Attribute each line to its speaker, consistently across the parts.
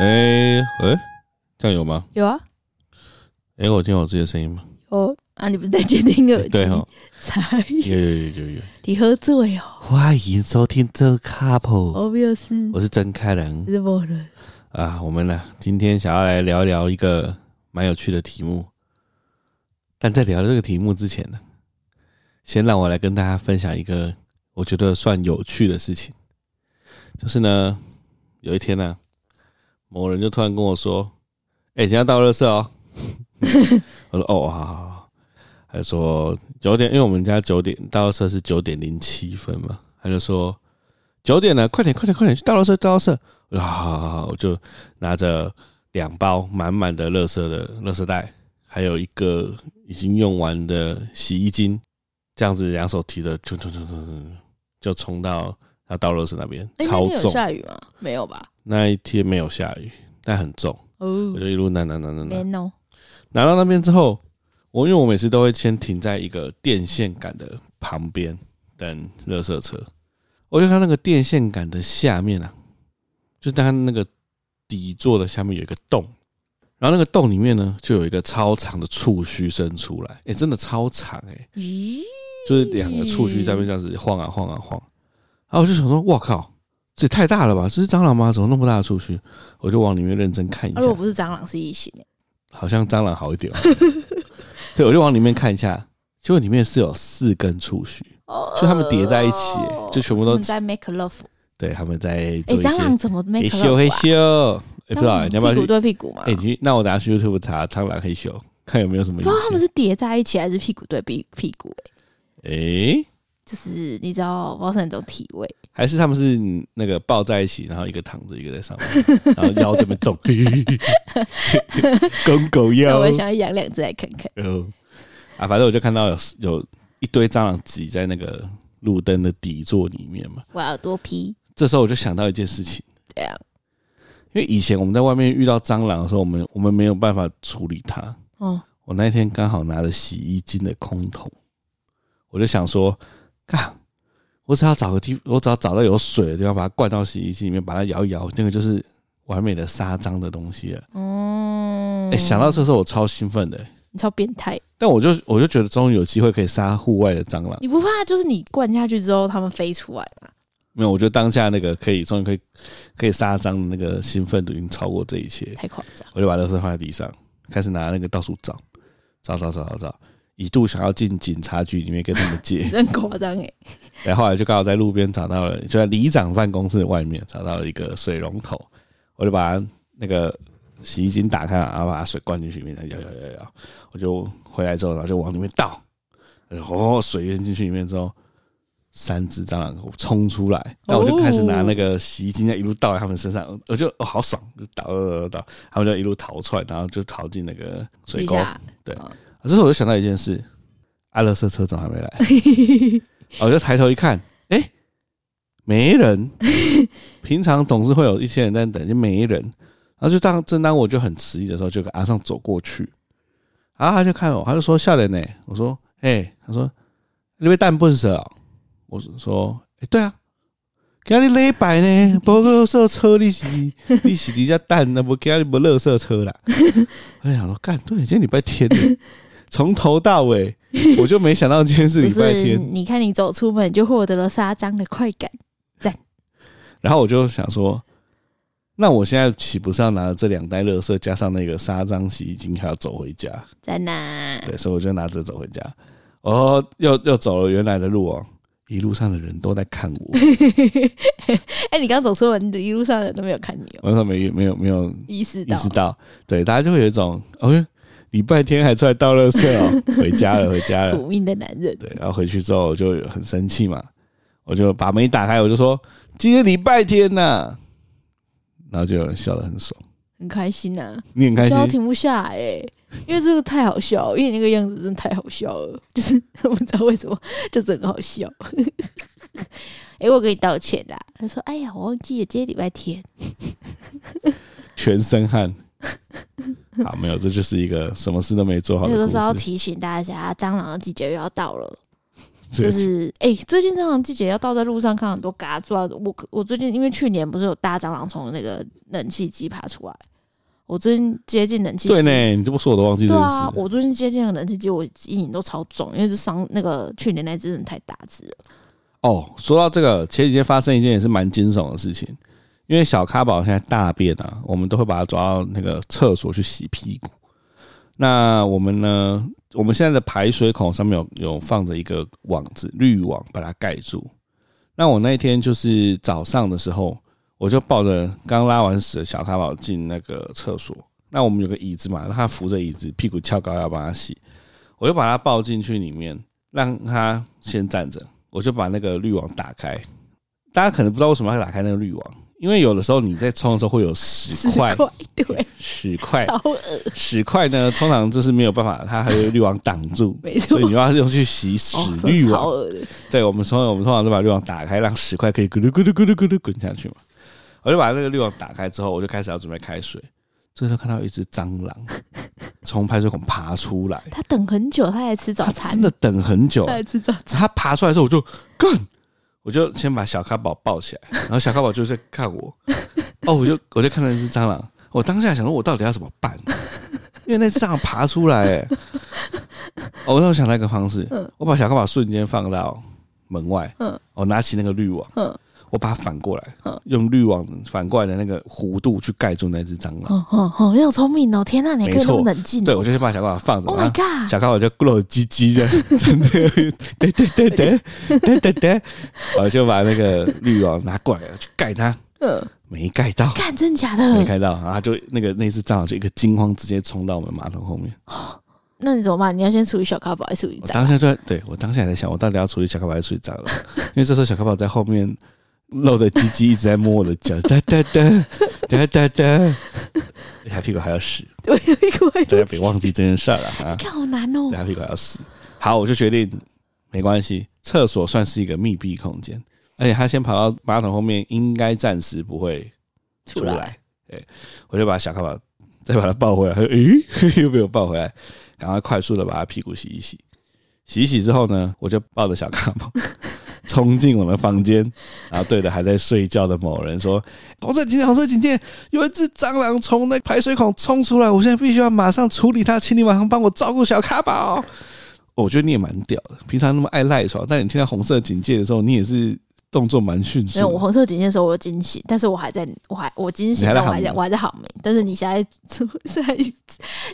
Speaker 1: 哎哎，这样有吗？
Speaker 2: 有啊，
Speaker 1: 哎，我听到我自己的声音吗？
Speaker 2: 有啊，你不是在接听耳
Speaker 1: 哎
Speaker 2: 机？
Speaker 1: 对哈，
Speaker 2: 才
Speaker 1: 有有有有有。
Speaker 2: 你喝醉哦，
Speaker 1: 欢迎收听这 couple，
Speaker 2: 我没有事，
Speaker 1: 哦我是曾开朗
Speaker 2: 是我的
Speaker 1: 啊。我们呢，今天想要来聊一聊一个蛮有趣的题目，但在聊这个题目之前呢，先让我来跟大家分享一个我觉得算有趣的事情，就是呢，有一天呢、某人就突然跟我说：“哎、今天要倒垃圾 哦。” 我说：“哦，好好好。”他就说九点，因为我们家九点倒垃圾是九点零七分嘛，他就说九点了，快点快点快点去倒垃圾倒垃圾。我说好好好好，我就拿着两包满满的垃圾的垃圾袋，还有一个已经用完的洗衣精，这样子两手提着，冲冲冲冲冲，就冲到要倒垃圾那边，
Speaker 2: 哎，那
Speaker 1: 超
Speaker 2: 天有
Speaker 1: 重。
Speaker 2: 下雨吗？没有吧？
Speaker 1: 那一天没有下雨，但很重，
Speaker 2: 哦
Speaker 1: 我，就一路拿拿拿拿拿
Speaker 2: 没，no，
Speaker 1: 拿到那边之后，我因为我每次都会先停在一个电线杆的旁边等垃圾车，我就看那个电线杆的下面啊，就是它那个底座的下面有一个洞，然后那个洞里面呢就有一个超长的触须伸出来，哎、真的超长哎、
Speaker 2: 咦，
Speaker 1: 就是两个触须在那边这样子晃啊晃啊晃，然后我就想说，哇靠，这也太大了吧？这是蟑螂吗？怎么那么大的触须？我就往里面认真看一下
Speaker 2: 啊，如，果不是蟑螂是异形欸，
Speaker 1: 好像蟑螂好一点哦。 对，我就往里面看一下，结果里面是有四根触须，
Speaker 2: 哦
Speaker 1: 所以它们叠在一起，就全部
Speaker 2: 我
Speaker 1: 都
Speaker 2: 们在 make love，
Speaker 1: 对，他们在
Speaker 2: 哎，
Speaker 1: 做一些
Speaker 2: 蟑螂怎么
Speaker 1: 嘿
Speaker 2: make
Speaker 1: 咻
Speaker 2: love？
Speaker 1: 嘿
Speaker 2: 啊
Speaker 1: 咻，哎，不知道你要不要
Speaker 2: 屁股
Speaker 1: 去？
Speaker 2: 对屁股嘛？
Speaker 1: 哎，你去那我等下去 YouTube 查蟑螂嘿咻，看有没有什么影
Speaker 2: 不知道他们
Speaker 1: 片。
Speaker 2: 是叠在一起还是屁股对屁屁股欸？
Speaker 1: 哎，
Speaker 2: 就是你知道，不知道是哪种体位，
Speaker 1: 还是他们是那个抱在一起，然后一个躺着，一个在上面， 然后腰这边动， 公狗
Speaker 2: 那
Speaker 1: 腰
Speaker 2: 我。也想要养两只来看看。
Speaker 1: 哦，啊，反正我就看到有有一堆蟑螂挤在那个路灯的底座里面嘛。
Speaker 2: 我要多批，
Speaker 1: 这时候我就想到一件事情，
Speaker 2: 这样
Speaker 1: 因为以前我们在外面遇到蟑螂的时候，我们我们没有办法处理它。
Speaker 2: 哦，
Speaker 1: 我那天刚好拿着洗衣精的空桶，我就想说，看，我只要找个地，我只要找到有水的地方，把它灌到洗衣机里面，把它摇一摇，那个就是完美的杀蟑的东西了。
Speaker 2: 哦
Speaker 1: 哎、，想到这时候我超兴奋的、
Speaker 2: 你超变态，
Speaker 1: 但我就我就觉得终于有机会可以杀户外的蟑螂。
Speaker 2: 你不怕就是你灌下去之后它们飞出来吗？
Speaker 1: 没有，我觉得当下那个可以终于可以可以杀蟑的那个兴奋度已经超过这一切。
Speaker 2: 太夸张，，
Speaker 1: 我就把垃圾放在地上，开始拿那个到处找，找找找找找，一度想要进警察局里面跟他们借
Speaker 2: 真夸 张哎！
Speaker 1: 然后后来就刚好在路边找到了，就在里长办公室的外面找到了一个水龙头，我就把那个洗衣精打开，然后把水灌进去里面，摇摇摇摇，我就回来之后，然后就往里面倒，然后水淹进去里面之后。三只蟑螂冲出来，那我就开始拿那个洗衣精一路倒在他们身上，我就、哦、好爽，就倒倒倒倒，他们就一路逃出来，然后就逃进那个水
Speaker 2: 一
Speaker 1: 沟。
Speaker 2: 下，
Speaker 1: 对
Speaker 2: 哦
Speaker 1: 这时候我就想到一件事，阿乐色车怎么还没来？我哦就抬头一看，哎、没人。平常总是会有一些人在等，就没人。然后就当正当我就很迟疑的时候，就给阿尚走过去，然后他就看我，他就说笑脸呢。我说，哎、他说你被蛋笨蛇啊、我说，哎、对啊。给你勒摆呢，不乐色车你是你是底下蛋，那不给你不乐色车啦。我就想说，干对，今天礼拜天呢，从头到尾我就没想到今天是
Speaker 2: 不
Speaker 1: 礼拜
Speaker 2: 是？
Speaker 1: 天。
Speaker 2: 你看你走出门就获得了杀蟑的快感，
Speaker 1: 然后我就想说，那我现在岂不是要拿着这两袋垃圾加上那个沙张洗衣精还要走回家？
Speaker 2: 在哪？
Speaker 1: 对，所以我就拿着走回家。哦，又又走了原来的路哦，一路上的人都在看我，
Speaker 2: 哎，你刚走出门，一路上的人都没有看你哦，
Speaker 1: 我那时候没没有没有
Speaker 2: 意识
Speaker 1: 意
Speaker 2: 到
Speaker 1: 识到，对，大家就会有一种，哦，礼拜天还出来倒垃圾哦，回家了，回家了。
Speaker 2: 苦命的男人，
Speaker 1: 对，然后回去之后我就很生气嘛，我就把门一打开，我就说今天礼拜天呐、然后就有人笑得很爽，
Speaker 2: 很开心呐，
Speaker 1: 你很开心
Speaker 2: 笑到，停不下来哎，因为这个太好笑，因为你那个样子真的太好笑了，就是 我不知道为什么，就是很好笑。 哎，我给你道歉啦。他说：“哎呀，我忘记了，今天礼拜天。”
Speaker 1: 全身汗。 好，没有，这就是一个什么事都没做好的
Speaker 2: 那个时候
Speaker 1: 故事。
Speaker 2: 提醒大家，蟑螂的季节又要到了，就是哎、最近蟑螂季节要到在路上看很多嘎抓。我我最近因为去年不是有大蟑螂从那个冷气机爬出来，我最近接近冷气机，
Speaker 1: 对呢，你这么说我都忘记这
Speaker 2: 对
Speaker 1: 件
Speaker 2: 啊，
Speaker 1: 事。
Speaker 2: 我最近接近的冷气机，我阴影都超重，因为是伤那个去年那只真的太大只了。
Speaker 1: 哦，说到这个，前几天发生一件也是蛮惊悚的事情，因为小咖宝现在大便啊，我们都会把它抓到那个厕所去洗屁股。那我们呢？我们现在的排水孔上面有有放着一个网子，滤网把它盖住。那我那一天就是早上的时候，我就抱着刚拉完屎的小咖宝进那个厕所。那我们有个椅子嘛，让它扶着椅子，屁股翘高要帮它洗。我就把它抱进去里面，让它先站着。我就把那个滤网打开。大家可能不知道为什么要打开那个滤网，因为有的时候你在冲的时候会有屎块，
Speaker 2: 对，
Speaker 1: 屎块
Speaker 2: 超恶，
Speaker 1: 屎块呢，通常就是没有办法，它还有滤网挡
Speaker 2: ，
Speaker 1: 住
Speaker 2: 没错
Speaker 1: 所以你要用去洗屎
Speaker 2: 哦，真
Speaker 1: 滤
Speaker 2: 的超
Speaker 1: 网。
Speaker 2: 恶的，
Speaker 1: 对，我们通常我们通常都把滤网打开，让屎块可以咕噜咕噜咕噜咕噜滚下去嘛。我就把那个滤网打开之后，我就开始要准备开水，这时候看到一只蟑螂从排水孔爬出来，
Speaker 2: 他等很久，他来 吃早
Speaker 1: 它
Speaker 2: 餐
Speaker 1: 真，的等很久啊
Speaker 2: 他，来吃早餐，
Speaker 1: 它爬出来的时候我就干，我就先把小咖宝抱起来，然后小咖宝就在看我，哦，我就我就看到一只蟑螂，我当下想说，我到底要怎么办？因为那只蟑螂爬出来、欸，哦，我那时候想到一个方式，我把小咖宝瞬间放到门外，
Speaker 2: 嗯
Speaker 1: 我拿起那个滤网，
Speaker 2: 嗯
Speaker 1: 我把它反过来
Speaker 2: 嗯，
Speaker 1: 用滤网反过来的那个弧度去盖住那只蟑螂。
Speaker 2: 哦哦哦，你好聪明哦！天呐，你可以那么冷静哦
Speaker 1: 对，我就先把小咖宝放着，
Speaker 2: 嗯！Oh
Speaker 1: 然
Speaker 2: my
Speaker 1: 后
Speaker 2: god！
Speaker 1: 小咖宝就咕噜唧唧的，真的，对对对对对对对，我就把那个滤网拿过来去盖它，
Speaker 2: 嗯，
Speaker 1: 没盖到，
Speaker 2: 看真假
Speaker 1: 没
Speaker 2: 的？
Speaker 1: 盖到，然后就那个那次正好就一个惊慌，直接冲到我们马桶后面。
Speaker 2: 那你怎么办？你要先处理小咖宝，还是处理
Speaker 1: 我
Speaker 2: 蟑
Speaker 1: 当
Speaker 2: 螂？
Speaker 1: 下就在对我当下也在想，我到底要处理小咖宝还是处理蟑螂？因为这时候小咖宝在后面露着鸡鸡一直在摸我的脚，哒哒哒哒哒 哒，他屁股还要屎，
Speaker 2: 对，有一个外
Speaker 1: 大家别忘记这件事儿了啊！
Speaker 2: 看好难哦
Speaker 1: 对！他屁股还要死。好，我就决定没关系，厕所算是一个密闭空间，而且他先跑到马桶后面，应该暂时不会出
Speaker 2: 出来
Speaker 1: 来。对，我就把 小卡宝再把它抱回来，他说 咦，又被我抱回来，赶快快速的把他屁股洗一洗。洗一洗之后呢，我就抱着小卡宝 冲进我们房间，然后对着还在睡觉的某人说：“红色警戒，红色警戒，有一只蟑螂从那排水孔冲出来，我现在必须要马上处理它，请你马上帮我照顾小卡宝。哦我觉得你也蛮屌的，平常那么爱赖床，但你听到红色警戒的时候，你也是动作蛮迅速的。
Speaker 2: 没有，我红色警戒的时候我有惊醒，但是我还在，我还我惊醒，
Speaker 1: 你还在
Speaker 2: 但我
Speaker 1: 喊
Speaker 2: 还在，
Speaker 1: 吗
Speaker 2: 我还在喊鸣。但是你现在现在一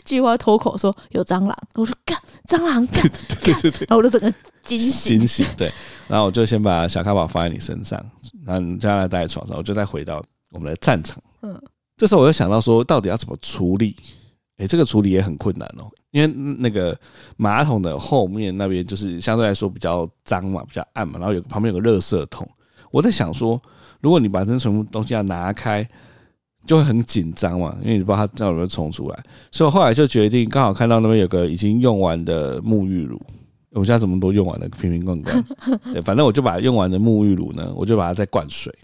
Speaker 2: 句话脱口说有蟑螂，我说干蟑螂 干，
Speaker 1: 对对对，
Speaker 2: 然后我就整个惊醒
Speaker 1: 惊。喜，对。然后我就先把小咖宝放在你身上，然后你将来带在床上，我就再回到我们的战场。
Speaker 2: 嗯，
Speaker 1: 这时候我就想到说，到底要怎么处理？诶，这个处理也很困难哦，因为那个马桶的后面那边就是相对来说比较脏嘛，比较暗嘛，然后有旁边有个垃圾桶。我在想说，如果你把这全部东西要拿开，就会很紧张嘛，因为你不知道它到底有没有冲出来。所以我后来就决定，刚好看到那边有个已经用完的沐浴乳，我家这么多用完的瓶瓶罐罐，对，反正我就把用完的沐浴乳呢，我就把它再灌水，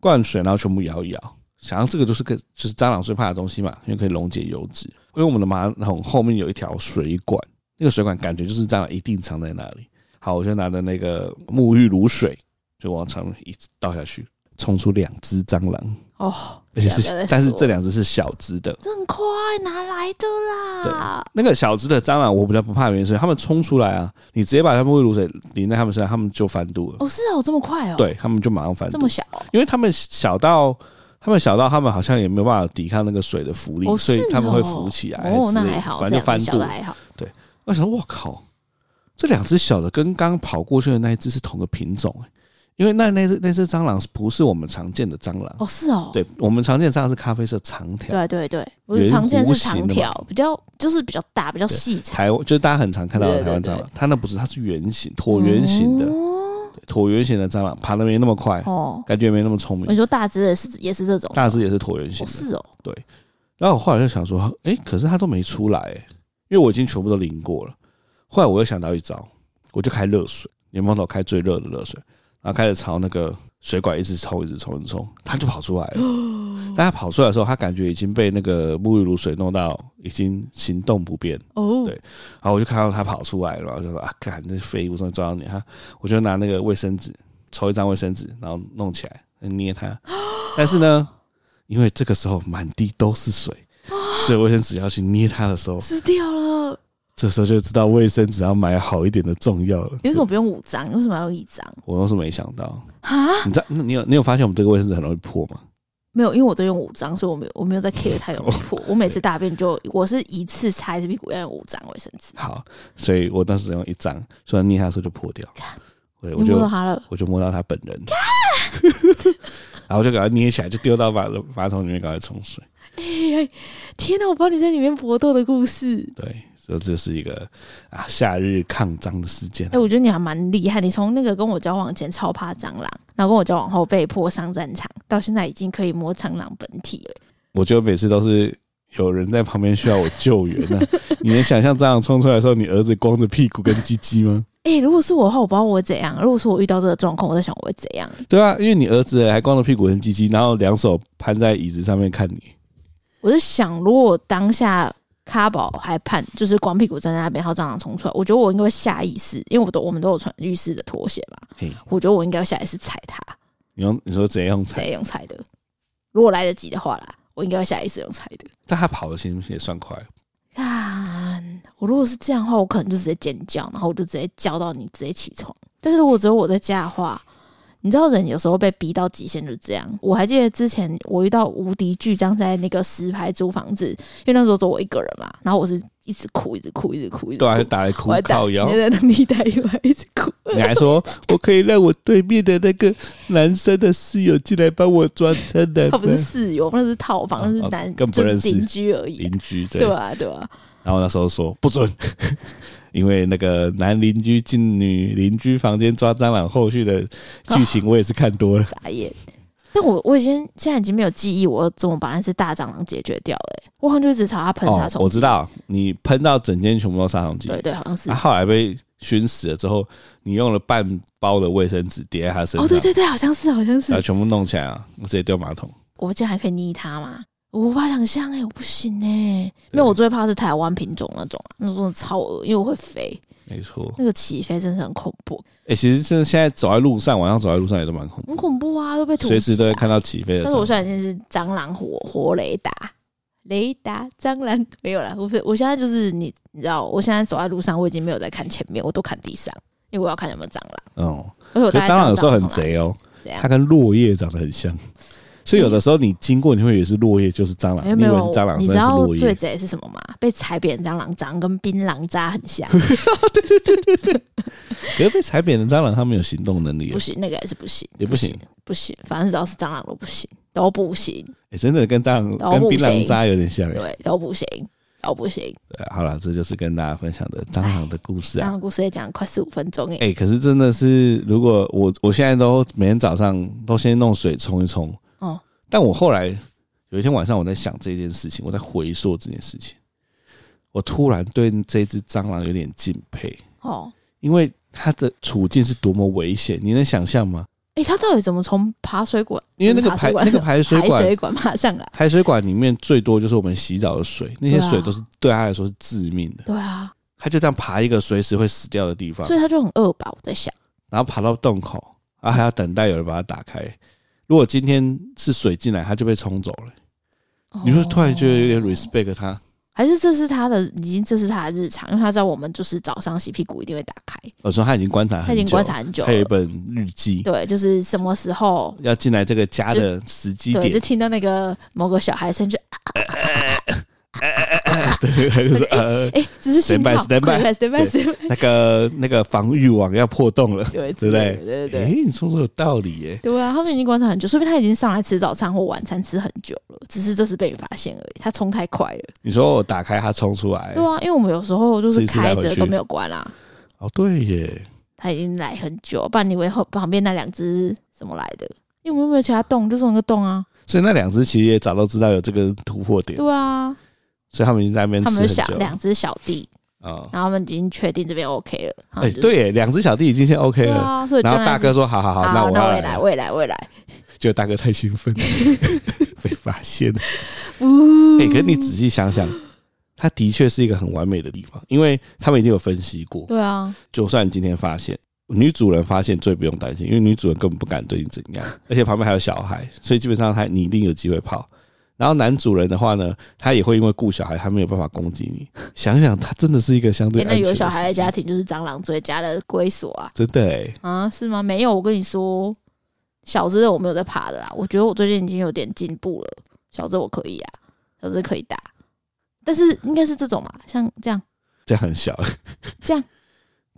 Speaker 1: 灌水，然后全部摇一摇。想要这个就是个就是蟑螂最怕的东西嘛，因为可以溶解油脂。因为我们的马桶后面有一条水管，那个水管感觉就是蟑螂一定藏在那里。好，我就拿着那个沐浴乳水，就往上面一直倒下去，冲出两只蟑螂，
Speaker 2: 哦，
Speaker 1: 而且
Speaker 2: 不要
Speaker 1: 是
Speaker 2: 再说
Speaker 1: 但是这两只是小只的，
Speaker 2: 这很快哪来的啦？
Speaker 1: 那个小只的蟑螂我比较不怕的原因是，它们冲出来啊，你直接把它们沐浴乳水淋在它们身上，它们就翻肚了，
Speaker 2: 哦，是哦，这么快哦，，
Speaker 1: 对，它们就马上翻
Speaker 2: 这
Speaker 1: 肚
Speaker 2: 么，小哦，
Speaker 1: 因为它们小到。它们小到，它们好像也没有办法抵抗那个水的浮力，
Speaker 2: 哦
Speaker 1: 所以
Speaker 2: 是
Speaker 1: 它们
Speaker 2: 哦
Speaker 1: 会浮起来之类的。
Speaker 2: 哦，那还好，
Speaker 1: 反
Speaker 2: 这
Speaker 1: 正
Speaker 2: 两
Speaker 1: 就翻
Speaker 2: 只小
Speaker 1: 肚
Speaker 2: 的。还好。
Speaker 1: 我想说，我靠，这两只小的跟刚跑过去的那一只是同个品种、欸，因为那那只那只蟑螂不是我们常见的蟑螂，
Speaker 2: 哦，是哦，
Speaker 1: 对我们常见的蟑螂是咖啡色长条，
Speaker 2: 对对对，不是
Speaker 1: 圆
Speaker 2: 常见
Speaker 1: 弧
Speaker 2: 是
Speaker 1: 形
Speaker 2: 长
Speaker 1: 的
Speaker 2: 条，比较就是比较大，比较
Speaker 1: 对
Speaker 2: 细长，
Speaker 1: 台湾就是大家很常看到的
Speaker 2: 对对
Speaker 1: 台湾蟑
Speaker 2: 对
Speaker 1: 螂，它那不是，它是圆形、椭圆形的、
Speaker 2: 哦
Speaker 1: 对椭圆形的蟑螂，爬的没那么快，
Speaker 2: 哦。
Speaker 1: 感觉没那么聪
Speaker 2: 你
Speaker 1: 明，
Speaker 2: 说大只的是也是这种，
Speaker 1: 大只也是椭圆形
Speaker 2: 哦
Speaker 1: 的。
Speaker 2: 是哦，
Speaker 1: 然后我后来就想说，哎、可是它都没出来、欸，因为我已经全部都淋过了。后来我又想到一招，我就开热水，连毛头开最热的热水，然后开始朝那个水管一直冲，一直冲，一直冲，他就跑出来了。 但他跑出来的时候，他感觉已经被那个沐浴露水弄到已经行动不便，
Speaker 2: 哦，
Speaker 1: 对然后我就看到他跑出来了，然后就说啊，干，那废物终于抓到你哈！我就拿那个卫生纸抽一张卫生纸，然后弄起来捏它。 但是呢，因为这个时候满地都是 水，所以卫生纸要去捏它的时候，
Speaker 2: 撕哦掉了。
Speaker 1: 这时候就知道卫生纸要买好一点的重要了。
Speaker 2: 你为什么不用五张？你为什么要用一张？
Speaker 1: 我倒是没想到，
Speaker 2: 啊，
Speaker 1: 你知道，那你有你有发现我们这个卫生纸很容易破吗？
Speaker 2: 没有，因为我都用五张，所以我没有我没有在 care 它有没有 破。我每次大便就我是一次擦一次屁股要用五张卫生纸。
Speaker 1: 好，所以我当时用一张，虽然捏它的时候就破掉，对，我
Speaker 2: 你
Speaker 1: 就
Speaker 2: 摸到它了，
Speaker 1: 我就摸到他本人， 然后就给他捏起来，就丢到马桶马桶里面，赶快冲水。
Speaker 2: 哎、哎天哪！我帮你在里面搏斗的故事。
Speaker 1: 对，所以这是一个啊夏日抗脏的事件啊
Speaker 2: 哎、。我觉得你还蛮厉害。你从那个跟我交往前超怕蟑螂，然后跟我交往后被迫上战场，到现在已经可以摸蟑螂本体了。
Speaker 1: 我觉得每次都是有人在旁边需要我救援呢、你能想象蟑螂冲出来的时候，你儿子光着屁股跟鸡鸡吗？
Speaker 2: 哎、如果是我的话，我不知道我会怎样。如果说我遇到这个状况，我在想我会怎样。
Speaker 1: 对啊，因为你儿子还光着屁股跟鸡鸡，然后两手攀在椅子上面看你。
Speaker 2: 我是想，如果我当下卡宝还判，就是光屁股站在那边，然后蟑螂冲出来，我觉得我应该会下意识，因为我都我们都有穿浴室的拖鞋嘛，
Speaker 1: 嘿，
Speaker 2: 我觉得我应该会下意识踩它，
Speaker 1: 你用你说怎样踩？
Speaker 2: 再用踩的。如果来得及的话啦，我应该会下意识用踩的。
Speaker 1: 但他跑的其实也算快，
Speaker 2: 看，我如果是这样的话，我可能就直接尖叫，然后我就直接叫到你直接起床。但是如果只有我在家的话，你知道人有时候被逼到极限就是这样。我还记得之前我遇到无敌巨匠在那个石牌租房子，因为那时候只有我一个人嘛，然后我是一直哭，一直哭，一直哭，一直哭
Speaker 1: 对啊，就打来哭
Speaker 2: 我还打
Speaker 1: 靠腰
Speaker 2: 你。在那里打一把，一直哭。
Speaker 1: 你还说我可以让我对面的那个男生的室友进来帮我抓他的
Speaker 2: 他不是室友，那是套房，那
Speaker 1: 哦
Speaker 2: 是
Speaker 1: 哦
Speaker 2: 男，
Speaker 1: 更不
Speaker 2: 就
Speaker 1: 认识
Speaker 2: 邻居而已
Speaker 1: 邻
Speaker 2: 啊。
Speaker 1: 居对
Speaker 2: 对啊，对啊，
Speaker 1: 然后那时候说不准， 因为那个男邻居进女邻居房间抓蟑螂，后续的剧情我也是看多了。
Speaker 2: 眨眼。但我我已经现在已经没有记忆，我怎么把那只大蟑螂解决掉了、欸我好像就一直朝它喷杀
Speaker 1: 哦，
Speaker 2: 虫
Speaker 1: 我
Speaker 2: 剂。
Speaker 1: 知道你喷到整间全部都杀虫剂，
Speaker 2: 对对，好像是。
Speaker 1: 啊，后来被熏死了之后，你用了半包的卫生纸叠在他身上，
Speaker 2: 哦，对对对，好像是，好像是
Speaker 1: 然后。全部弄起来啊，直接丢马桶。
Speaker 2: 我竟然还可以逆它吗？我无法想象哎、欸我不行哎、因
Speaker 1: 对
Speaker 2: 为我最怕是台湾品种那种，啊那种真的超恶，因为我会飞，
Speaker 1: 没错，
Speaker 2: 那个起飞真是很恐怖，
Speaker 1: 哎、其实真的现在走在路上，晚上走在路上也都蛮恐怖
Speaker 2: 很恐怖啊，会被
Speaker 1: 的，
Speaker 2: 吐、
Speaker 1: 随时都会。看到起飞的蟑螂。
Speaker 2: 但是我现在已经是蟑螂火火雷达，雷达蟑螂没有啦，我我现在就是你你知道，我现在走在路上，我已经没有在看前面，我都看地上，因为我要看有没有蟑螂。
Speaker 1: 嗯，
Speaker 2: 而且我
Speaker 1: 可
Speaker 2: 大
Speaker 1: 是
Speaker 2: 概
Speaker 1: 蟑螂有时候
Speaker 2: 知道
Speaker 1: 很
Speaker 2: 蟑螂
Speaker 1: 贼哦，
Speaker 2: 怎
Speaker 1: 它
Speaker 2: 样？
Speaker 1: 跟落叶长得很像，所以有的时候你经过，你会以为是落叶，就是蟑螂，
Speaker 2: 没有
Speaker 1: 你
Speaker 2: 没
Speaker 1: 以
Speaker 2: 有
Speaker 1: 为是蟑螂，
Speaker 2: 你
Speaker 1: 但
Speaker 2: 知
Speaker 1: 是
Speaker 2: 道
Speaker 1: 落
Speaker 2: 最
Speaker 1: 叶。
Speaker 2: 贼是什么吗？被踩扁蟑螂，长得跟槟榔渣很 像，
Speaker 1: 可是被踩扁的蟑螂，它们有行动能力哦
Speaker 2: 不，行，那个也是不行，
Speaker 1: 也不行。
Speaker 2: 不行，反正只要是蟑螂都不行，都不行，
Speaker 1: 哎，真的跟蟑螂、
Speaker 2: 哦
Speaker 1: 跟
Speaker 2: 不
Speaker 1: 槟榔
Speaker 2: 行
Speaker 1: 渣有点像哎。
Speaker 2: 对，都不行，都不行。
Speaker 1: 对好了，这就是跟大家分享的蟑螂的故事
Speaker 2: 蟑
Speaker 1: 啊。
Speaker 2: 螂故事也讲了快十五分钟欸诶，
Speaker 1: 哎、可是真的是，如果我我现在都每天早上都先弄水冲一冲，
Speaker 2: 哦
Speaker 1: 但我后来有一天晚上我在想这件事情，我在回溯这件事情，我突然对这只蟑螂有点敬佩，
Speaker 2: 哦，
Speaker 1: 因为它的处境是多么危险，你能想象吗？
Speaker 2: 诶，它到底怎么从爬水管？
Speaker 1: 因为那个
Speaker 2: 爬
Speaker 1: 排
Speaker 2: 水管
Speaker 1: 那个排水
Speaker 2: 排
Speaker 1: 管
Speaker 2: 水管爬上来？
Speaker 1: 排水管里面最多就是我们洗澡的水，那些
Speaker 2: 对啊
Speaker 1: 水都是对它来说是致命的，
Speaker 2: 对啊，
Speaker 1: 它就这样爬一个随时会死掉的地方
Speaker 2: 所，以它就很饿吧？我在想，
Speaker 1: 然后爬到洞口，然后还要等待有人把它打开。如果今天是水进来，它就被冲走了，你会突然觉得有点
Speaker 2: 哦
Speaker 1: respect 它。
Speaker 2: 还是这是他的，已经这是他的日常，因为他知道我们就是早上洗屁股一定会打开，
Speaker 1: 我哦说他已经观察很久，
Speaker 2: 他已经观察很久
Speaker 1: 他有一
Speaker 2: 了。
Speaker 1: 本日记，
Speaker 2: 对，就是什么时候，
Speaker 1: 要进来这个家的时机
Speaker 2: 对，就
Speaker 1: 点，
Speaker 2: 听到那个某个小孩声就，
Speaker 1: 对，他就说呃，
Speaker 2: 哎、只是信号
Speaker 1: Stand by, stand by
Speaker 2: 快快，stand by，stand by，
Speaker 1: 那个那个防御网要破洞了。
Speaker 2: 对
Speaker 1: 对不对
Speaker 2: 对对对
Speaker 1: 哎，
Speaker 2: 对。
Speaker 1: 你说的有道理耶。
Speaker 2: 对啊，他们已经观察很久，说明他已经上来吃早餐或晚餐吃很久了，只是这次被你发现而已。他冲太快了，
Speaker 1: 你说我打开它冲出来
Speaker 2: 对，啊，因为我们有时候就
Speaker 1: 哎自
Speaker 2: 是
Speaker 1: 己吃来
Speaker 2: 开
Speaker 1: 回
Speaker 2: 着
Speaker 1: 去
Speaker 2: 都没有关啊，
Speaker 1: 哦，对耶，
Speaker 2: 他已经来很久，不然你以为后旁边那两只怎么来的？因为我们没有其他洞，就是那个洞啊，
Speaker 1: 所以那两只其实也早都知道有这个突破点，
Speaker 2: 对啊，
Speaker 1: 所以他们已经在那边
Speaker 2: 他
Speaker 1: 吃
Speaker 2: 们
Speaker 1: 很
Speaker 2: 就小
Speaker 1: 久了。
Speaker 2: 两只小弟，
Speaker 1: 哦，
Speaker 2: 然后他们已经确定这边 OK 了。然后
Speaker 1: 哎、
Speaker 2: 就，
Speaker 1: 对耶，两只小弟已经先 OK
Speaker 2: 对
Speaker 1: 了。
Speaker 2: 啊，所以
Speaker 1: 然后
Speaker 2: 将来
Speaker 1: 大哥
Speaker 2: 是
Speaker 1: 说：“好好好，
Speaker 2: 好，
Speaker 1: 那我要来
Speaker 2: 那未
Speaker 1: 了
Speaker 2: 来，未来，未来，
Speaker 1: 就大哥太兴奋 了， 被发现了。
Speaker 2: 呜
Speaker 1: 哎、可是你仔细想想，它的确是一个很完美的地方，因为他们已经有分析过。
Speaker 2: 对啊，
Speaker 1: 就算你今天发现女主人发现，最不用担心，因为女主人根本不敢对你怎样，而且旁边还有小孩，所以基本上他你一定有机会跑。然后男主人的话呢，他也会因为顾小孩，他没有办法攻击你。想想，他真的是一个相对
Speaker 2: 哎
Speaker 1: 安
Speaker 2: 那
Speaker 1: 全
Speaker 2: 有
Speaker 1: 的
Speaker 2: 小孩的
Speaker 1: 世界
Speaker 2: 家庭就是蟑螂最佳的归所啊。
Speaker 1: 真的哎、
Speaker 2: 啊，是吗？没有，我跟你说，小只的我没有在爬的啦。我觉得我最近已经有点进步了，小只我可以啊，小只可以打，但是应该是这种嘛，像这样，
Speaker 1: 这样很小，
Speaker 2: 这样，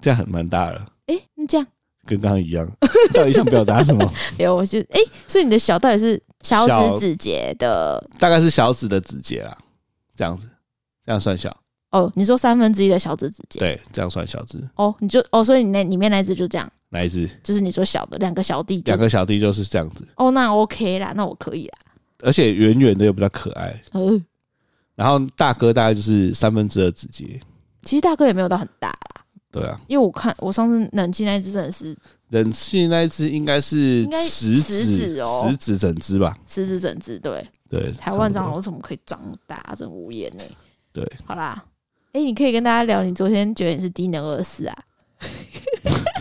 Speaker 1: 这样很蛮大了，
Speaker 2: 诶，那这样，
Speaker 1: 跟刚刚一样。 到底想表达什么？
Speaker 2: 没有，我就诶，所以你的小到底是小
Speaker 1: 小
Speaker 2: 指指节的
Speaker 1: 大概是小指的指节啦，这样子，这样算小，
Speaker 2: 哦？你说三分之一的小指指节
Speaker 1: 对，这样算小指。
Speaker 2: 哦？你就哦，所以你那里面那只就这样，
Speaker 1: 哪一只？
Speaker 2: 就是你说小的两个小弟就
Speaker 1: 两个小弟就是这样子，
Speaker 2: 哦，那 OK 啦，那我可以啦，
Speaker 1: 而且圆圆的又比较可爱。
Speaker 2: 嗯。
Speaker 1: 然后大哥大概就是三分之二指节，
Speaker 2: 其实大哥也没有到很大啦，
Speaker 1: 对啊，
Speaker 2: 因为我看我上次冷气那一只真的是
Speaker 1: 冷气那一只应该是
Speaker 2: 应该
Speaker 1: 食
Speaker 2: 食指
Speaker 1: 指，
Speaker 2: 哦
Speaker 1: 食指整只吧？
Speaker 2: 狮子整只，对，
Speaker 1: 对，
Speaker 2: 台湾蟑
Speaker 1: 差不多
Speaker 2: 螂怎么可以长大？真无言呢、
Speaker 1: 对，
Speaker 2: 好啦，哎、你可以跟大家聊你昨天觉得你是低能儿死啊。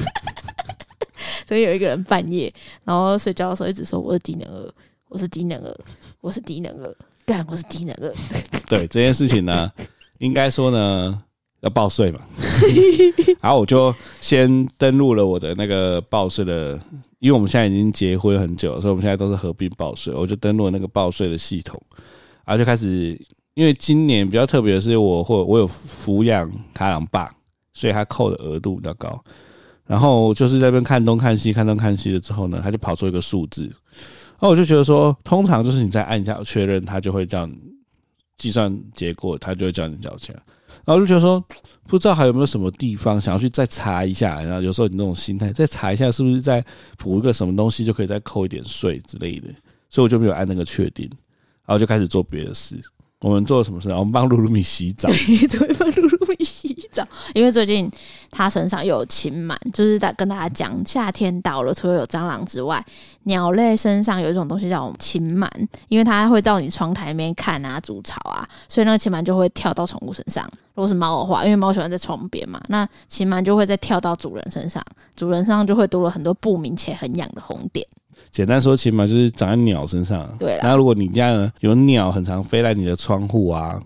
Speaker 2: 所以有一个人半夜，然后睡觉的时候一直说我是低能儿，我是低能儿，我是低能儿，干我是低能儿。
Speaker 1: 对这件事情呢，应该说呢要报税嘛。然后我就先登录了我的那个报税的，因为我们现在已经结婚很久了，所以我们现在都是合并报税。我就登录了那个报税的系统，然后就开始，因为今年比较特别的是我或我有抚养卡朗爸，所以他扣的额度比较高。然后就是在那边看东看西，看东看西了之后呢，他就跑出一个数字，然后我就觉得说，通常就是你再按一下确认，他就会叫你计算结果，他就会叫你交钱。然后我就觉得说，不知道还有没有什么地方想要去再查一下。然后有时候你那种心态，再查一下是不是再补一个什么东西就可以再扣一点税之类的。所以我就没有按那个确定，然后就开始做别的事。我们做了什么事啊？我们帮露露米洗澡。
Speaker 2: 对，怎么会帮露露米洗澡？因为最近她身上又有禽螨，就是在跟大家讲，夏天到了，除了有蟑螂之外，鸟类身上有一种东西叫禽螨，因为它会到你窗台那边看啊、筑巢啊，所以那个禽螨就会跳到宠物身上。如果是猫的话，因为猫喜欢在窗边嘛，那禽螨就会再跳到主人身上，主人身上就会多了很多不明且很痒的红点。
Speaker 1: 简单说，起码就是长在鸟身上。
Speaker 2: 对啦
Speaker 1: 然后如果你家呢有鸟，很常飞来你的窗户啊，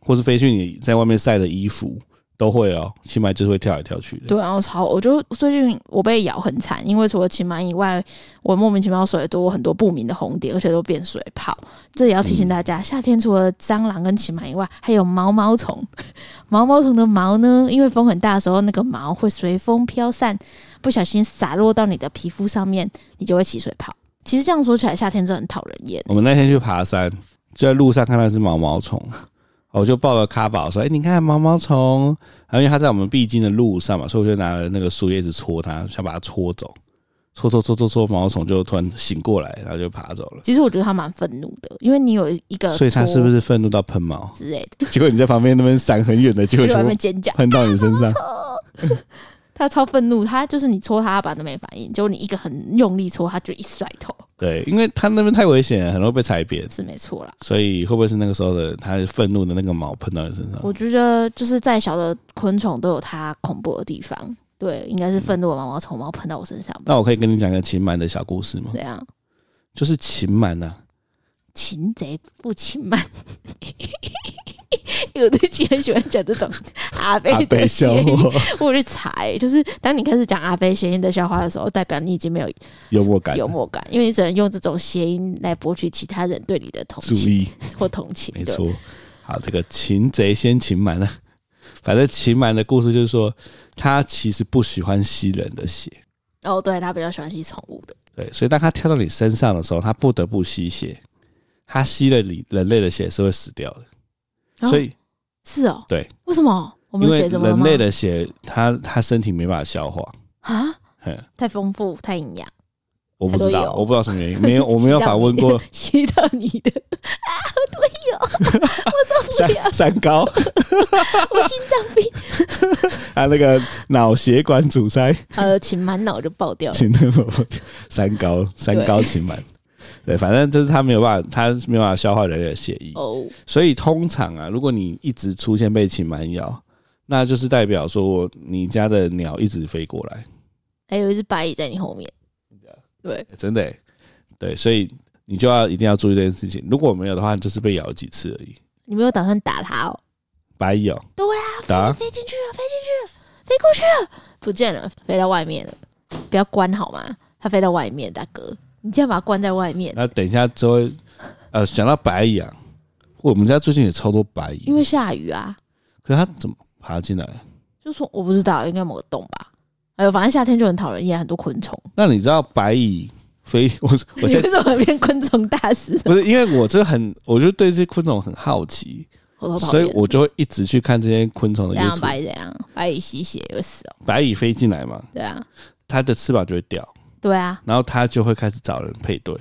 Speaker 1: 或是飞去你在外面晒的衣服，都会哦。起码就是会跳来跳去的。
Speaker 2: 对，然后超，我就最近我被咬很惨，因为除了禽螨以外，我莫名其妙水多很多不明的红点，而且都变水泡。这也要
Speaker 1: 嗯
Speaker 2: 提醒大家，夏天除了蟑螂跟禽螨以外，还有毛毛虫。 毛毛虫的毛呢，因为风很大的时候，那个毛会随风飘散，不小心洒落到你的皮肤上面，你就会起水泡。其实这样说起来，夏天真的很讨人厌。
Speaker 1: 我们那天去爬山，就在路上看到一只毛毛虫，我就抱了卡宝说：“哎、你看毛毛虫。”然后因为它在我们必经的路上嘛，所以我就拿了那个树叶子戳它，想把它戳走。戳戳戳戳戳，毛毛虫就突然醒过来，然后就爬走了。
Speaker 2: 其实我觉得它蛮愤怒的，因为你有一个
Speaker 1: 所以它是不
Speaker 2: 是
Speaker 1: 是愤怒到喷毛？
Speaker 2: 之类的，
Speaker 1: 结果你在旁边那边闪很远的，结果
Speaker 2: 就 在
Speaker 1: 全
Speaker 2: 外
Speaker 1: 部
Speaker 2: 面尖叫。
Speaker 1: 喷到你身上。
Speaker 2: 他超愤怒，他就是你戳他，他板都没反应，结果你一个很用力戳，他就一甩头，
Speaker 1: 对，因为他那边太危险了，很容易被踩扁，
Speaker 2: 是没错啦。
Speaker 1: 所以会不会是那个时候的他愤怒的那个毛喷到你身上？
Speaker 2: 我觉得就是再小的昆虫都有它恐怖的地方，对，应该是愤怒的毛毛虫毛喷到我身上吧？
Speaker 1: 那我可以跟你讲一个秦满的小故事吗？
Speaker 2: 怎样？
Speaker 1: 就是秦满啊呐、
Speaker 2: 擒贼不擒 蛮。有的己很喜欢讲这种阿
Speaker 1: 啊，阿
Speaker 2: 贝
Speaker 1: 北
Speaker 2: 的
Speaker 1: 笑
Speaker 2: 谐音，
Speaker 1: 我
Speaker 2: 我去查、欸，就是当你开始讲阿贝谐音的笑话的时候，代表你已经没有
Speaker 1: 幽默感，
Speaker 2: 幽默感，因为你只能用这种谐音来博取其他人对你的同
Speaker 1: 注
Speaker 2: 情
Speaker 1: 意，
Speaker 2: 或同情。
Speaker 1: 没
Speaker 2: 对
Speaker 1: 错。好，这个擒贼先擒蛮啊。 反正秦满的故事就是说，他其实不喜欢吸人的血，
Speaker 2: 哦，对他比较喜欢吸宠物的，
Speaker 1: 对，所以当他跳到你身上的时候，他不得不吸血，他吸了你人类的血是会死掉的，
Speaker 2: 哦
Speaker 1: 所以
Speaker 2: 是哦，
Speaker 1: 对，
Speaker 2: 为什么我们
Speaker 1: 因
Speaker 2: 的
Speaker 1: 为
Speaker 2: 血怎么了
Speaker 1: 人
Speaker 2: 吗
Speaker 1: 类的血，它它身体没办法消化，
Speaker 2: 啊？
Speaker 1: 嗯，
Speaker 2: 太丰富，太营养，
Speaker 1: 我不知
Speaker 2: 它都
Speaker 1: 道，
Speaker 2: 有
Speaker 1: 我 不知道什么原因，没有，我没
Speaker 2: 吸
Speaker 1: 有
Speaker 2: 到
Speaker 1: 访
Speaker 2: 你
Speaker 1: 问
Speaker 2: 的
Speaker 1: 过，
Speaker 2: 吸到你的啊， 了，我受不了
Speaker 1: 三，三高，
Speaker 2: 我心 脏病。
Speaker 1: 他那个脑血管阻塞，
Speaker 2: 呃，请满脑就爆掉了。
Speaker 1: 请那么 三高，三高请满。对，反正就是他没有办法，他没有办法消化人类的血液，
Speaker 2: 哦，
Speaker 1: 所以通常啊，如果你一直出现被请满咬，那就是代表说你家的鸟一直飞过来。
Speaker 2: 还有一只白蚁在你后面。对，
Speaker 1: 欸真的欸、对，所以你就要一定要注意这件事情。如果没有的话，就是被咬几次而已。
Speaker 2: 你没有打算打它哦？
Speaker 1: 白咬
Speaker 2: 对啊，
Speaker 1: 打
Speaker 2: 飞进去了，飞进去了，飞过去了，不见了，飞到外面了。不要关好吗？它飞到外面，大哥，你这样把它关在外面，
Speaker 1: 那等一下之后，呃，讲到白蚁啊，我们家最近也超多白蚁，
Speaker 2: 因为下雨啊。
Speaker 1: 可是它怎么爬进来？
Speaker 2: 就说我不知道，应该某个洞吧。哎呦，反正夏天就很讨人厌，很多昆虫。
Speaker 1: 那你知道白蚁飞？ 我我
Speaker 2: 你
Speaker 1: 现 在
Speaker 2: 为什么变昆虫大师？
Speaker 1: 不是因为我这很，我就对这些昆虫很好奇，
Speaker 2: 我头讨
Speaker 1: 所以
Speaker 2: 厌。
Speaker 1: 我就会一直去看这些昆虫的
Speaker 2: 怎样
Speaker 1: YouTube。
Speaker 2: 白怎样，白蚁吸血也会死哦。
Speaker 1: 白蚁飞进来嘛，
Speaker 2: 对啊，
Speaker 1: 它的翅膀就会掉，
Speaker 2: 对啊，
Speaker 1: 然后它就会开始找人配对。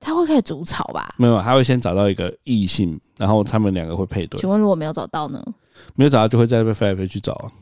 Speaker 2: 它会开始筑巢吧？
Speaker 1: 没有，它会先找到一个异性，然后他们两个会配对。
Speaker 2: 请问如果没有找到呢？
Speaker 1: 没有找到就会在那边飞来飞去找啊，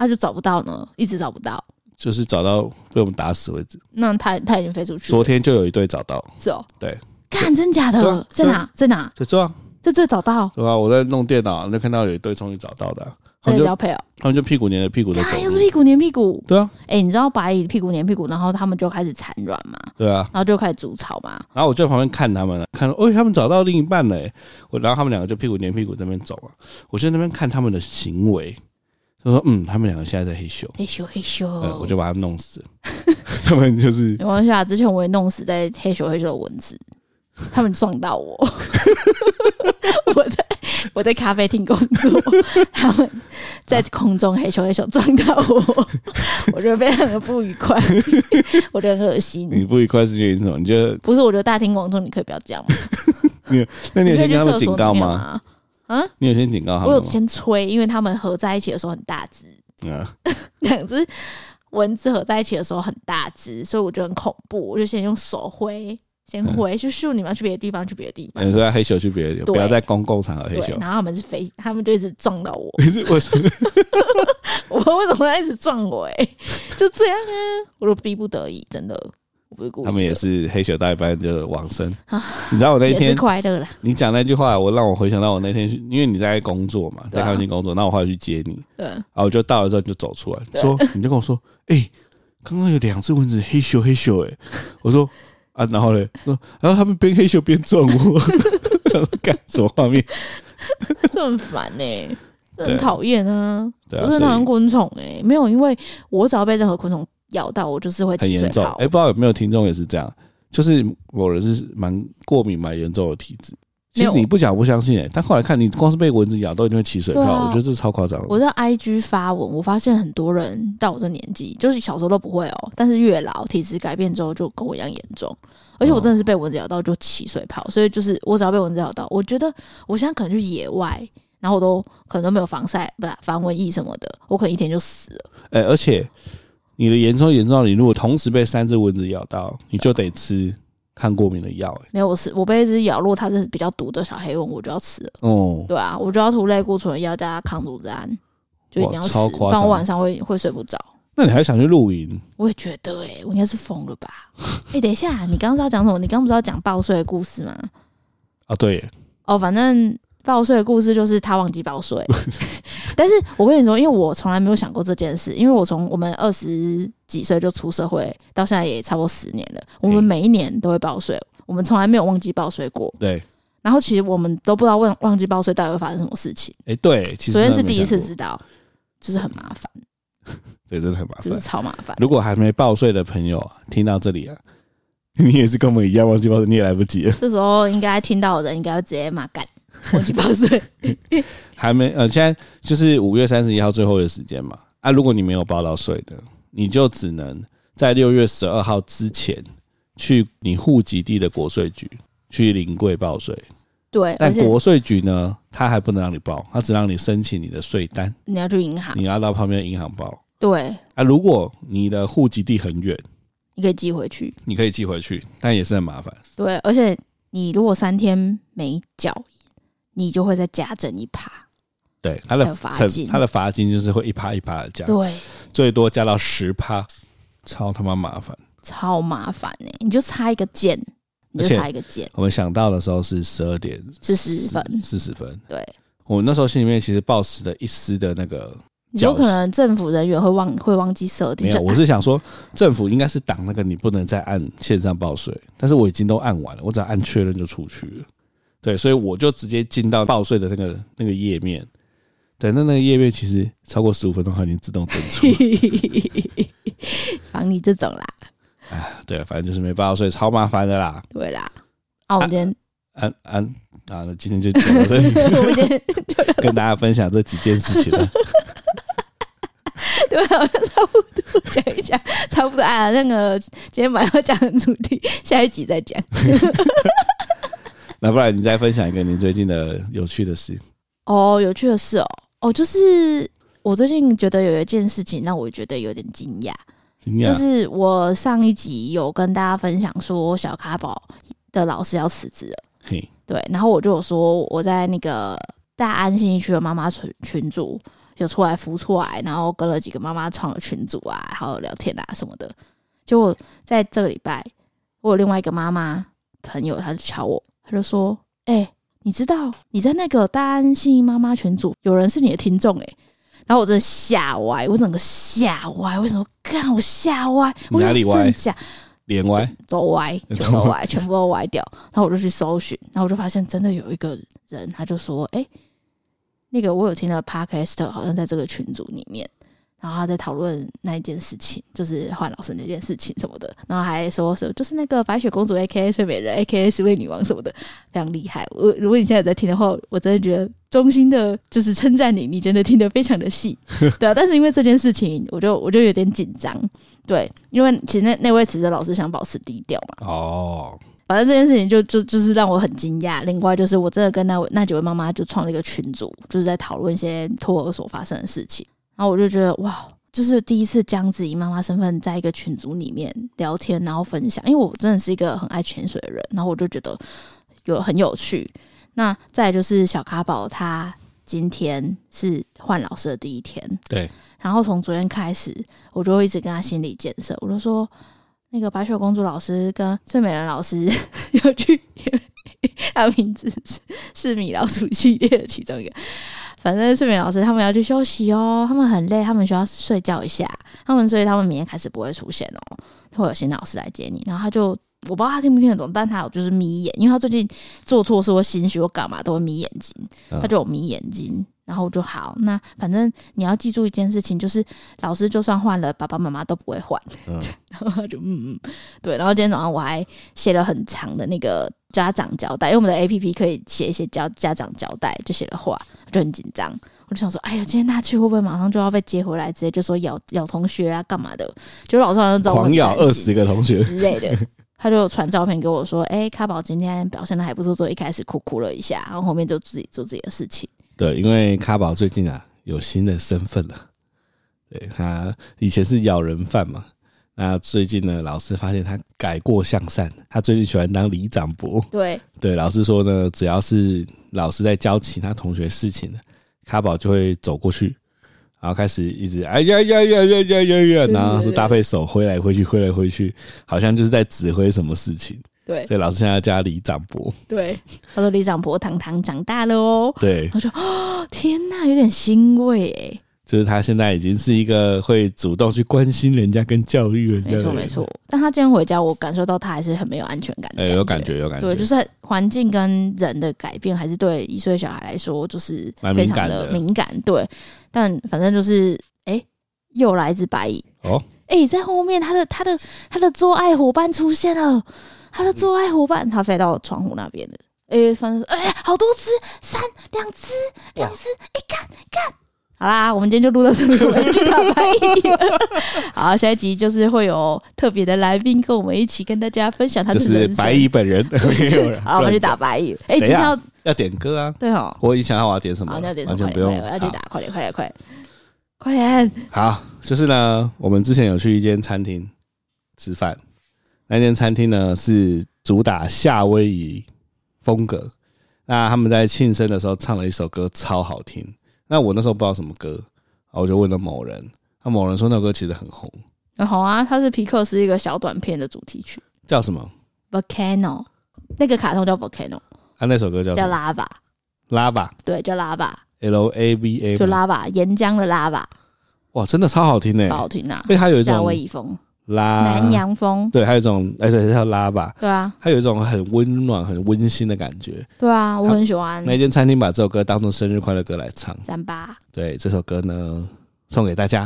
Speaker 2: 那、就找不到呢，一直找不到。
Speaker 1: 就是找到被我们打死为止。
Speaker 2: 那它它已经飞出去
Speaker 1: 昨
Speaker 2: 了，
Speaker 1: 天就有一对找到，
Speaker 2: 是哦。
Speaker 1: 对，
Speaker 2: 看真假
Speaker 1: 对
Speaker 2: 的
Speaker 1: 啊，
Speaker 2: 在
Speaker 1: 对
Speaker 2: 哪
Speaker 1: 啊
Speaker 2: 在哪？
Speaker 1: 就这样
Speaker 2: 在这找到，
Speaker 1: 对吧？我在弄电脑，就看到有一对终于找到的啊、他
Speaker 2: 在
Speaker 1: 们
Speaker 2: 交
Speaker 1: 就
Speaker 2: 配哦。
Speaker 1: 他们就屁股粘着屁股的走
Speaker 2: 它又是
Speaker 1: 路，
Speaker 2: 屁股粘屁股。
Speaker 1: 对啊
Speaker 2: 哎、你知道白蚁屁股粘屁股，然后它们就开始产卵嘛，
Speaker 1: 对啊。
Speaker 2: 然后就开始筑巢嘛。
Speaker 1: 然后我就在旁边看他们了，看到哦，他们找到另一半了欸，我然后他们两个就屁股粘屁股在那边走啊，我就在那边看他们的行为，就说嗯，他们两个现在在黑咻，
Speaker 2: 嘿咻嘿咻，
Speaker 1: 呃，我就把他们弄死，他们就是
Speaker 2: 没关系啊，之前我也弄死在黑咻黑咻的蚊子，他们撞到我。 我在我在咖啡厅工作，他们在空中黑咻黑咻撞到我， 我觉得非常的不愉快， 我觉得很恶
Speaker 1: 你
Speaker 2: 心。
Speaker 1: 不愉快是原因是什么？你觉得
Speaker 2: 不是，我觉得大庭广众你可以不要这样嘛。
Speaker 1: 那你有
Speaker 2: 你可
Speaker 1: 先
Speaker 2: 以去
Speaker 1: 跟他们
Speaker 2: 厕所
Speaker 1: 警
Speaker 2: 里
Speaker 1: 告
Speaker 2: 面
Speaker 1: 吗？
Speaker 2: 嘛？
Speaker 1: 你有先警告他
Speaker 2: 我
Speaker 1: 们
Speaker 2: 有
Speaker 1: 吗？
Speaker 2: 先吹，因为他们合在一起的时候很大只，
Speaker 1: 嗯，
Speaker 2: 两只蚊子合在一起的时候很大只，所以我觉得很恐怖，我就先用手挥，先
Speaker 1: 嗯
Speaker 2: 挥，就咻你们要去别的地方，去别的地方。
Speaker 1: 你说要黑咻去别的地方，
Speaker 2: 对
Speaker 1: 不要在公共场合黑
Speaker 2: 对，
Speaker 1: 咻。
Speaker 2: 然后他们是飞，他们就一直撞到我，
Speaker 1: 可是我是
Speaker 2: 我为什么要一直撞我、欸？ 就这样啊，我就逼不得已，真的，我不是故意的。
Speaker 1: 他们也是黑咻到一半就往生
Speaker 2: 啊。
Speaker 1: 你知道我那一
Speaker 2: 也是
Speaker 1: 天
Speaker 2: 快乐啦，
Speaker 1: 你讲那句话，我让我回想到我那天去，因为你在工作嘛，
Speaker 2: 对
Speaker 1: 在
Speaker 2: 啊
Speaker 1: 咖啡厅工作，那我后来去接你，
Speaker 2: 对，
Speaker 1: 然后我就到了之后你就走出来，
Speaker 2: 对
Speaker 1: 说你就跟我说，哎，刚刚有两只蚊子黑咻黑咻，哎，我说啊，然后嘞，说然后他们边黑咻边撞我， 想说干什么画面？
Speaker 2: 这很烦呢、欸，这
Speaker 1: 对
Speaker 2: 很讨厌啊，
Speaker 1: 对啊，
Speaker 2: 我很
Speaker 1: 所
Speaker 2: 讨厌
Speaker 1: 以
Speaker 2: 昆虫哎、没有，因为我只要被任何昆虫咬到，我就是会
Speaker 1: 很
Speaker 2: 起水
Speaker 1: 严重。
Speaker 2: 泡
Speaker 1: 哎，，不知道有没有听众也是这样，就是某人是蛮过敏、蛮严重的体质。其实
Speaker 2: 没有
Speaker 1: 你不讲我不相信哎、但后来看你光是被蚊子咬都一定会起水泡，
Speaker 2: 对啊
Speaker 1: 我觉得这超夸张的。
Speaker 2: 我在 IG 发文，我发现很多人到我这年纪，就是小时候都不会哦，但是越老体质改变之后，就跟我一样严重。而且我真的是被蚊子咬到就起水泡，所以就是我只要被蚊子咬到，我觉得我现在可能去野外，然后我都可能都没有防晒，不是啊防蚊液什么的，我可能一天就死了。
Speaker 1: 哎、而且你的严重严重，你如果同时被三只蚊子咬到，你就得吃抗过敏的药、欸。
Speaker 2: 没有，我是我被一只咬，如果它是比较毒的小黑蚊，我就要吃了，
Speaker 1: 哦，
Speaker 2: 对啊，我就要涂类固醇药加抗组织胺，就一定要
Speaker 1: 哇
Speaker 2: 吃
Speaker 1: 超，
Speaker 2: 不
Speaker 1: 夸张
Speaker 2: 然我晚上会会睡不着。
Speaker 1: 那你还想去露营？
Speaker 2: 我也觉得、欸，我应该是疯了吧？ 哎、等一下，你刚刚是要讲什么？你刚刚不是要讲报税的故事吗？
Speaker 1: 啊，对耶，
Speaker 2: 哦，反正报税的故事就是他忘记报税。 但是我跟你说，因为我从来没有想过这件事，因为我从我们二十几岁就出社会，到现在也差不多十年了，我们
Speaker 1: 嗯
Speaker 2: 每一年都会报税，我们从来没有忘记报税过。
Speaker 1: 对，哎、
Speaker 2: 然后其实我们都不知道忘忘记报税到底会发生什么事情，
Speaker 1: 对，其实
Speaker 2: 昨天是
Speaker 1: 真的
Speaker 2: 第
Speaker 1: 没
Speaker 2: 一次
Speaker 1: 想过，
Speaker 2: 知道，就是很麻烦，
Speaker 1: 对，真的很麻
Speaker 2: 就是
Speaker 1: 烦。
Speaker 2: 超麻烦。
Speaker 1: 如果还没报税的朋友啊，听到这里啊， 你也是跟我们一样忘记报税，你也来不及了。
Speaker 2: 这时候应该听到的人应该会直接骂 干，忘记报税。
Speaker 1: 还没呃，现在就是五月三十一号最后的时间嘛。啊，如果你没有报到税的，你就只能在六月十二号之前去你户籍地的国税局去临柜报税。
Speaker 2: 对，而
Speaker 1: 但
Speaker 2: 且
Speaker 1: 国税局呢，它还不能让你报，它只让你申请你的税单，
Speaker 2: 你要去银行，
Speaker 1: 你要到旁边的银行报。
Speaker 2: 对，
Speaker 1: 啊，如果你的户籍地很远，
Speaker 2: 你可以寄回去。
Speaker 1: 你可以寄回去，但也是很麻烦。
Speaker 2: 对，而且你如果三天没缴，你就会再加增一趴。
Speaker 1: 对，它的
Speaker 2: 还有罚
Speaker 1: 惩
Speaker 2: 金
Speaker 1: 它的罚金就是会一趴一趴的加，
Speaker 2: 对，
Speaker 1: 最多加到十趴，超他妈麻烦。
Speaker 2: 超麻烦呢、你就差一个键，你
Speaker 1: 而
Speaker 2: 就
Speaker 1: 且
Speaker 2: 差一个键，
Speaker 1: 我们想到的时候是十二点
Speaker 2: 40分
Speaker 1: 四十分。
Speaker 2: 对，
Speaker 1: 我那时候心里面其实抱持的一丝的那个
Speaker 2: 你有
Speaker 1: 绞
Speaker 2: 可能政府人员会忘会忘记设定，
Speaker 1: 没有，
Speaker 2: 就
Speaker 1: 我是想说政府应该是挡那个你不能再按线上报税，但是我已经都按完了，我只要按确认就出去了。对，所以我就直接进到报税的那个那个页面。对，那那个页面其实超过十五分钟，它已经自动登出 了。
Speaker 2: 防你这种啦，
Speaker 1: 对，反正就是没报税，超麻烦的啦。
Speaker 2: 对啦。啊，我们今天，
Speaker 1: 安安啊，那今天就讲到这里，
Speaker 2: 我们今天就
Speaker 1: 跟大家分享这几件事情了。
Speaker 2: 对，好像差不多讲一下，差不多啊。那个今天晚上讲的主题，下一集再讲。
Speaker 1: 那不然你再分享一个你最近的有趣的事。
Speaker 2: 哦，有趣的事哦，哦，就是我最近觉得有一件事情让我觉得有点惊讶，
Speaker 1: 惊讶
Speaker 2: 就是我上一集有跟大家分享说小卡宝的老师要辞职了，
Speaker 1: 嘿，
Speaker 2: 对，然后我就有说我在那个大安新一区的妈妈群群组有出来浮出来，然后跟了几个妈妈创了群组啊，还有聊天啊什么的。结果在这个礼拜，我有另外一个妈妈朋友，她就瞧我，她就说：“哎、你知道你在那个大安新一妈妈群组有人是你的听众哎、然后我真的吓歪，我整个吓歪，为什么？看我吓歪，我
Speaker 1: 哪里歪
Speaker 2: 真假
Speaker 1: 脸歪，
Speaker 2: 都歪，全部都歪，全部都歪掉。然后我就去搜寻，然后我就发现真的有一个人，他就说：“哎、那个我有听到 podcast 好像在这个群组里面，然后他在讨论那一件事情，就是换老师那件事情什么的，然后还说什么就是那个白雪公主 A K A 睡美人 A K A 十位女王什么的，非常厉害。我如果你现在有在听的话，我真的觉得衷心的就是称赞你，你真的听得非常的细， 对啊。但是因为这件事情，我就我就有点紧张。对，因为其实那那位辞职老师想保持低调嘛，
Speaker 1: 哦，
Speaker 2: 反正这件事情就就就是让我很惊讶。另外就是我真的跟那位那几位妈妈就创了一个群组，就是在讨论一些托儿所发生的事情。然后我就觉得哇，就是第一次将自己妈妈身份在一个群组里面聊天，然后分享。因为我真的是一个很爱潜水的人，然后我就觉得有很有趣。那再来就是小卡宝他今天是换老师的第一天，
Speaker 1: 对，
Speaker 2: 然后从昨天开始，我就会一直跟他心理建设，我就说那个白雪公主老师跟睡美人老师 有去，他的名字是是米老鼠系列的其中一个。反正睡美人老师他们要去休息哦，他们很累，他们需要睡觉一下，他们所以他们明天开始不会出现哦，会有新的老师来接你。然后他就我不知道他听不听得懂，但他有就是眯眼，因为他最近做错事或心虚或干嘛都会眯眼睛，
Speaker 1: 嗯
Speaker 2: 他就有眯眼睛。然后我就好，那反正你要记住一件事情，就是老师就算换了，爸爸妈妈都不会换。
Speaker 1: 嗯，
Speaker 2: 然后他就嗯嗯，对。然后今天早上我还写了很长的那个家长交代，因为我们的 A P P 可以写一些家家长交代，就写了话，就很紧张。我就想说，哎呀，今天他去会不会马上就要被接回来，直接就说咬咬同学啊，干嘛的？就老师好像知道我
Speaker 1: 狂
Speaker 2: 很
Speaker 1: 咬
Speaker 2: 担
Speaker 1: 二
Speaker 2: 心
Speaker 1: 十个同学，
Speaker 2: 之类 的。他就传照片给我说：“哎、卡宝今天表现的还不错，所以一开始哭哭了一下，然后后面就自己做自己的事情。
Speaker 1: 对，因为卡宝最近啊有新的身份了，对他以前是咬人犯嘛，那最近呢，老师发现他改过向善，他最近喜欢当里长伯。
Speaker 2: 对，
Speaker 1: 对，老师说呢，只要是老师在教其他同学事情的，卡宝就会走过去，然后开始一直哎呀呀呀呀呀呀呀，然后是搭配手挥来挥去，挥来挥去，好像就是在指挥什么事情。
Speaker 2: 对，
Speaker 1: 所以老师现在叫他里长伯。
Speaker 2: 对。他说：“李长伯堂堂长大了哦。
Speaker 1: 对”，
Speaker 2: 我就哦，天哪，有点欣慰哎。
Speaker 1: 就是他现在已经是一个会主动去关心人家跟教育人家的
Speaker 2: 没
Speaker 1: 人
Speaker 2: 错没错。，但他今天回家，我感受到他还是很没有安全感的
Speaker 1: 哎、
Speaker 2: 感觉。
Speaker 1: 有感觉有感觉，
Speaker 2: 对，就是环境跟人的改变，还是对一岁小孩来说，就是
Speaker 1: 蛮
Speaker 2: 非
Speaker 1: 敏
Speaker 2: 常
Speaker 1: 感
Speaker 2: 的
Speaker 1: 的
Speaker 2: 敏感。对，但反正就是，哎、又来一只白蚁。
Speaker 1: 哦，
Speaker 2: 哎、在后面，他的他的他的做爱伙伴出现了，他的做爱伙伴，他飞到窗户那边了。哎、反正哎、好多只，三两只，两只，哎、看看。好啦，我们今天就录到这里，我要去打白蚁了。 好，下一集就是会有特别的来宾跟我们一起跟大家分享他的
Speaker 1: 就
Speaker 2: 人
Speaker 1: 是
Speaker 2: 生。
Speaker 1: 白蚁本人 没有了。
Speaker 2: 好，我们去打白蚁。哎、
Speaker 1: 等一下
Speaker 2: 今天要
Speaker 1: 要点歌啊！
Speaker 2: 对哦，
Speaker 1: 我已经想好我要点什么
Speaker 2: 好，
Speaker 1: 了，
Speaker 2: 你要点什
Speaker 1: 完
Speaker 2: 么？
Speaker 1: 全
Speaker 2: 快
Speaker 1: 不用
Speaker 2: 点，快点，我要去
Speaker 1: 好
Speaker 2: 打，快点，快点，快点，快点！
Speaker 1: 好，就是呢，我们之前有去一间餐厅吃饭，那间餐厅呢是主打夏威夷风格，那他们在庆生的时候唱了一首歌，超好听。那我那时候不知道什么歌，然后我就问了某人，那某人说那首歌其实很红，
Speaker 2: 然后啊，它是皮克斯一个小短片的主题曲
Speaker 1: 叫什么？
Speaker 2: ，Volcano，那个卡通叫 Volcano，
Speaker 1: 他、啊那首歌 叫什
Speaker 2: 叫
Speaker 1: 么？
Speaker 2: Lava，
Speaker 1: 拉吧
Speaker 2: 对，叫 Lava，
Speaker 1: ，L A V A，
Speaker 2: 就 Lava 岩浆的 Lava，
Speaker 1: 哇，真的超好听呢、
Speaker 2: 超好听啊
Speaker 1: 因！为哎它有一种啊
Speaker 2: 夏威夷风、
Speaker 1: 拉
Speaker 2: 南洋风，
Speaker 1: 对，还有一种哎、对，叫拉吧，
Speaker 2: 对啊，
Speaker 1: 它有一种很温暖、很温馨的感觉。
Speaker 2: 对啊，我很喜欢
Speaker 1: 那间餐厅把这首歌当做生日快乐歌来唱。
Speaker 2: 三八，
Speaker 1: 对，这首歌呢送给大家。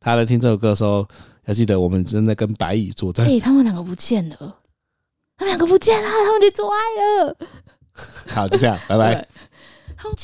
Speaker 1: 大家在听这首歌的时候，要记得我们正在跟白蚁作战。
Speaker 2: 哎，他们两个不见了，他们两个不见了，他们去做爱了，
Speaker 1: 好，就这样，拜拜。
Speaker 2: 对，他们去